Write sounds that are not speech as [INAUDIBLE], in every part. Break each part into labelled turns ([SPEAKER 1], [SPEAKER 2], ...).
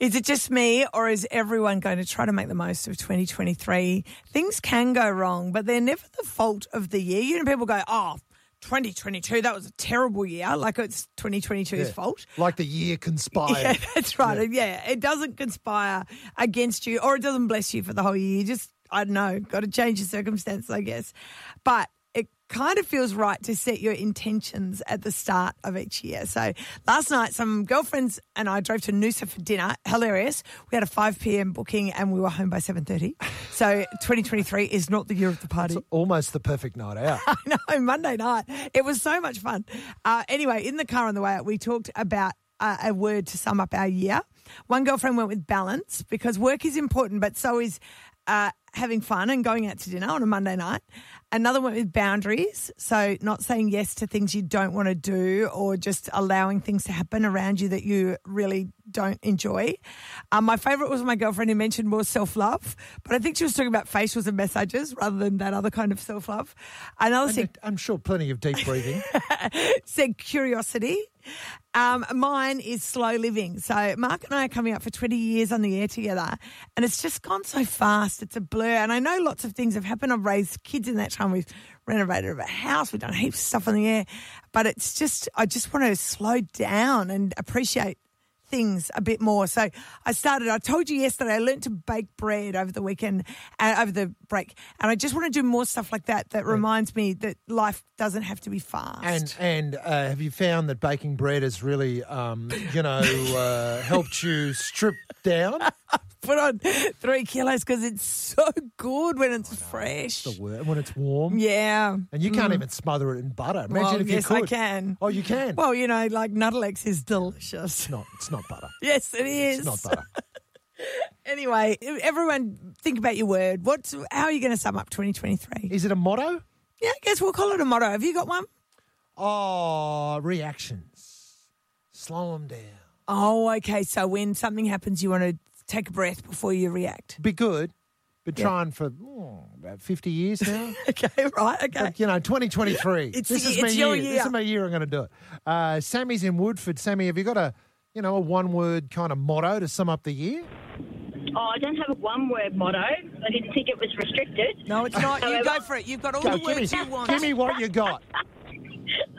[SPEAKER 1] Is it just me, or is everyone going to try to make the most of 2023? Things can go wrong, but they're never the fault of the year. You know, people go, oh, 2022, that was a terrible year. Like it's 2022's
[SPEAKER 2] Yeah.
[SPEAKER 1] fault.
[SPEAKER 2] Like the year conspired.
[SPEAKER 1] Yeah, [LAUGHS] that's right. Yeah. it doesn't conspire against you or it doesn't bless you for the whole year. You just, I don't know, got to change the circumstance, I guess. But it kind of feels right to set your intentions at the start of each year. So last night, some girlfriends and I drove to Noosa for dinner. Hilarious. We had a 5 p.m. booking and we were home by 7.30. So 2023 is not the year of the party.
[SPEAKER 2] It's almost the perfect
[SPEAKER 1] [LAUGHS]
[SPEAKER 2] night out.
[SPEAKER 1] I know, Monday night. It was so much fun. Uh, anyway, in the car on the way out, we talked about uh, a word to sum up our year. One girlfriend went with balance because work is important, but so is uh, having fun and going out to dinner on a Monday night. Another went with boundaries, so not saying yes to things you don't want to do or just allowing things to happen around you that you really don't enjoy. Um, my favourite was my girlfriend who mentioned more self love, but I think she was talking about facials and massages rather than that other kind of self love. Another thing,
[SPEAKER 2] I'm sure plenty of deep
[SPEAKER 1] [LAUGHS]
[SPEAKER 2] breathing.
[SPEAKER 1] said curiosity. Um, mine is slow living. So Mark and I are coming up for 20 years on the air together, and it's just gone so fast. It's a blur. And I know lots of things have happened. I've raised kids in that time. We've renovated a house. We've done heaps of stuff on the air, but it's just I just want to slow down and appreciate things a bit more. So I started, I told you yesterday, I learned to bake bread over the weekend, uh, over the break. And I just want to do more stuff like that that reminds me that life doesn't have to be fast.
[SPEAKER 2] And and uh, have you found that baking bread has really, um, you know, uh, helped you strip down?
[SPEAKER 1] put on three kilos because it's so good when it's fresh. [LAUGHS]
[SPEAKER 2] The word when it's warm.
[SPEAKER 1] Yeah. Mm.
[SPEAKER 2] And you can't even smother it in butter. Imagine
[SPEAKER 1] Well,
[SPEAKER 2] if
[SPEAKER 1] yes,
[SPEAKER 2] you
[SPEAKER 1] I
[SPEAKER 2] could.
[SPEAKER 1] can.
[SPEAKER 2] Oh, you can.
[SPEAKER 1] Well, you know, like Nuttalex is delicious. [LAUGHS]
[SPEAKER 2] it's not. It's not butter.
[SPEAKER 1] Yes, it is.
[SPEAKER 2] It's
[SPEAKER 1] [LAUGHS]
[SPEAKER 2] not butter.
[SPEAKER 1] Anyway, everyone, think about your word. What's how are you going to sum up 2023?
[SPEAKER 2] Is it a motto?
[SPEAKER 1] Yeah, I guess we'll call it a motto. Have you got one?
[SPEAKER 2] Oh, reactions. Slow them down.
[SPEAKER 1] Oh, okay. So when something happens, you want to take a breath before you react.
[SPEAKER 2] Be good. Been trying for oh, about fifty years now.
[SPEAKER 1] [LAUGHS] Okay, right. Okay.
[SPEAKER 2] But, you know, 2023.
[SPEAKER 1] It's
[SPEAKER 2] this
[SPEAKER 1] y-
[SPEAKER 2] is my
[SPEAKER 1] it's
[SPEAKER 2] year.
[SPEAKER 1] your
[SPEAKER 2] This
[SPEAKER 1] year.
[SPEAKER 2] is my year. I'm going to do it. Uh, Sammy's in Woodford. Sammy, have you got a you know a one word kind of motto to sum up the year?
[SPEAKER 3] Oh, I don't have a one word motto. I didn't think it was restricted.
[SPEAKER 1] No, it's not. You go for it. You've got all
[SPEAKER 2] Go,
[SPEAKER 1] the words
[SPEAKER 2] give me,
[SPEAKER 1] you want.
[SPEAKER 2] give me what you got.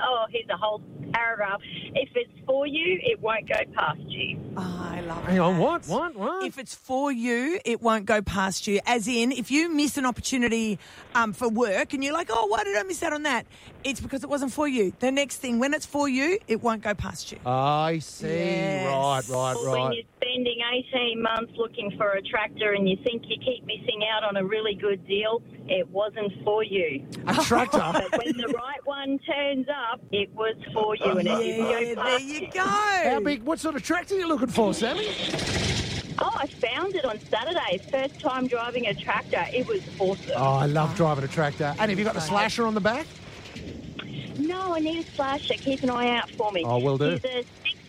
[SPEAKER 3] Oh, here's a whole paragraph. If it's for you, it won't go past you.
[SPEAKER 1] Oh, I love
[SPEAKER 2] Hang on,
[SPEAKER 1] that. [LAUGHS]
[SPEAKER 2] what, what, what?
[SPEAKER 1] If it's for you, it won't go past you. As in, if you miss an opportunity um, for work and you're like, oh, why did I miss out on that? It's because it wasn't for you. The next thing, when it's for you, it won't go past you.
[SPEAKER 2] I see.
[SPEAKER 1] Yes.
[SPEAKER 2] Right, right,
[SPEAKER 3] Or When
[SPEAKER 2] right.
[SPEAKER 3] you're spending 18 months looking for a tractor and you think you keep missing out on a really good deal, it wasn't for you.
[SPEAKER 2] A
[SPEAKER 1] [LAUGHS]
[SPEAKER 2] tractor.
[SPEAKER 3] But when the right one turns up, it was for you and
[SPEAKER 1] yeah,
[SPEAKER 3] it didn't go
[SPEAKER 1] there
[SPEAKER 3] past
[SPEAKER 1] you go. How
[SPEAKER 2] How big? What sort of tractor are you looking for, Sammy?
[SPEAKER 3] Oh, I found it on Saturday. First time driving a tractor. It was awesome.
[SPEAKER 2] Oh, I love driving a tractor. And have you got the slasher on the back?
[SPEAKER 3] No, I need a slasher. Keep an eye out for me.
[SPEAKER 2] Oh, will do.
[SPEAKER 3] She's a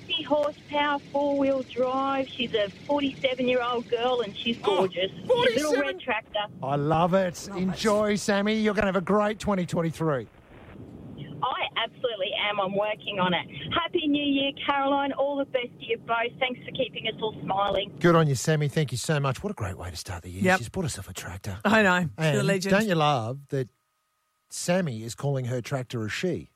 [SPEAKER 3] 60 horsepower four wheel drive. She's a 47 year old girl and she's gorgeous. She's a little
[SPEAKER 2] 47?
[SPEAKER 3] red tractor.
[SPEAKER 2] I love it. Enjoy, Sammy. You're going to have a great 2023.
[SPEAKER 3] I absolutely am. I'm working on it. Happy New Year, Caroline. All the best to you both. Thanks for keeping us all smiling.
[SPEAKER 2] Good on you, Sammy. Thank you so much. What a great way to start the year.
[SPEAKER 1] Yep.
[SPEAKER 2] She's bought herself a tractor.
[SPEAKER 1] I know.
[SPEAKER 2] And
[SPEAKER 1] She's a legend.
[SPEAKER 2] Don't you love that Sammy is calling her tractor a she?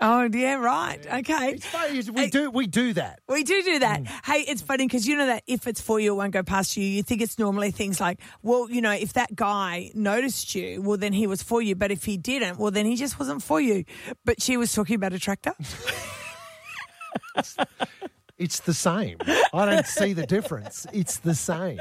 [SPEAKER 1] Oh, yeah, right. Okay.
[SPEAKER 2] It's funny, Mm. we do we do that.
[SPEAKER 1] We do do that. Hey, it's funny because you know that if it's for you, it won't go past you. You think it's normally things like, well, you know, if that guy noticed you, well, then he was for you. But if he didn't, well, then he just wasn't for you. But she was talking about a tractor.
[SPEAKER 2] It's the same. I don't see the difference. It's the same.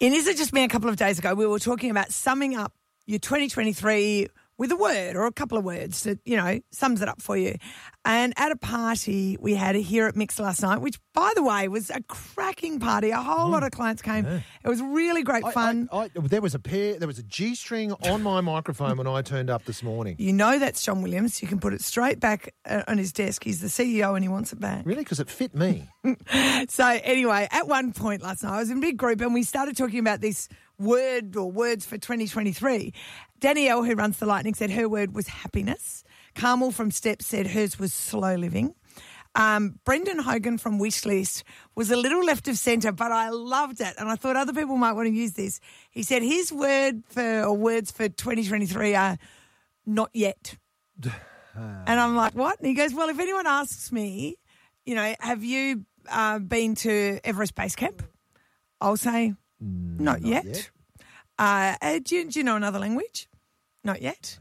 [SPEAKER 1] In Is It Just Me a couple of days ago, we were talking about summing up your 2023 with a word or a couple of words that, you know, sums it up for you. And at a party we had here at Mix last night, which, by the way, was a cracking party. A whole lot of clients came. It was really great
[SPEAKER 2] I-
[SPEAKER 1] fun.
[SPEAKER 2] I, I, there was a pair. There was a G string on my microphone when I turned up this morning.
[SPEAKER 1] You know that's John Williams. You can put it straight back uh, on his desk. He's the CEO and he wants it back.
[SPEAKER 2] Really, because it fit me.
[SPEAKER 1] So anyway, at one point last night, I was in a big group and we started talking about this word or words for 2023. Danielle, who runs the Lightning, said her word was happiness. Carmel from Step said hers was slow living. Um, Brendan Hogan from Wishlist was a little left of centre, but I loved it, and I thought other people might want to use this. He said his word for or words for 2023 are not
[SPEAKER 2] [SIGHS]
[SPEAKER 1] yet. And I'm like, what? And he goes, well, if anyone asks me, you know, have you uh, been to Everest Base Camp? I'll say, not, yet.
[SPEAKER 2] Mm, yet.
[SPEAKER 1] Uh, uh, do, you, do you know another language? Not yet.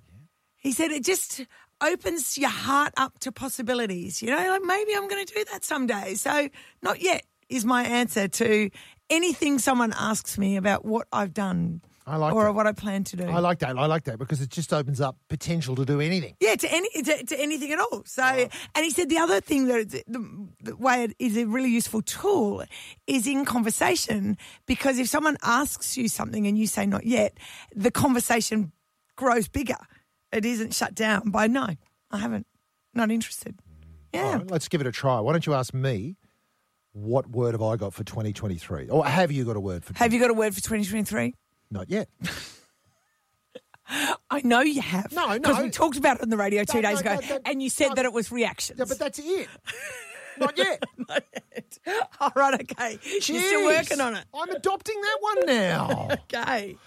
[SPEAKER 1] He said it just opens your heart up to possibilities. You know, like maybe I'm going to do that someday. So, not yet is my answer to anything someone asks me about what I've done
[SPEAKER 2] I like
[SPEAKER 1] or
[SPEAKER 2] that.
[SPEAKER 1] what I plan to do.
[SPEAKER 2] I like that. I like that because it just opens up potential to do anything.
[SPEAKER 1] Yeah, to any to, to anything at all. So, and he said the other thing that it's- the, the way it is a really useful tool is in conversation because if someone asks you something and you say not yet, the conversation grows bigger. It isn't shut down by no, I haven't, not interested.
[SPEAKER 2] All
[SPEAKER 1] Yeah,
[SPEAKER 2] Mm. right, let's give it a try. Why don't you ask me what word have I got for 2023? Or have you got a word for
[SPEAKER 1] have you got a word for twenty twenty three?
[SPEAKER 2] Not yet.
[SPEAKER 1] I know you have.
[SPEAKER 2] No, no.
[SPEAKER 1] because we talked about it on the radio two
[SPEAKER 2] No,
[SPEAKER 1] days
[SPEAKER 2] no,
[SPEAKER 1] ago,
[SPEAKER 2] no, no,
[SPEAKER 1] and you said
[SPEAKER 2] no.
[SPEAKER 1] that it was reactions. [LAUGHS]
[SPEAKER 2] Yeah, but that's it. Not yet.
[SPEAKER 1] all right, okay. She's You're still
[SPEAKER 2] Jeez.
[SPEAKER 1] working on it.
[SPEAKER 2] I'm adopting that one now.
[SPEAKER 1] Okay.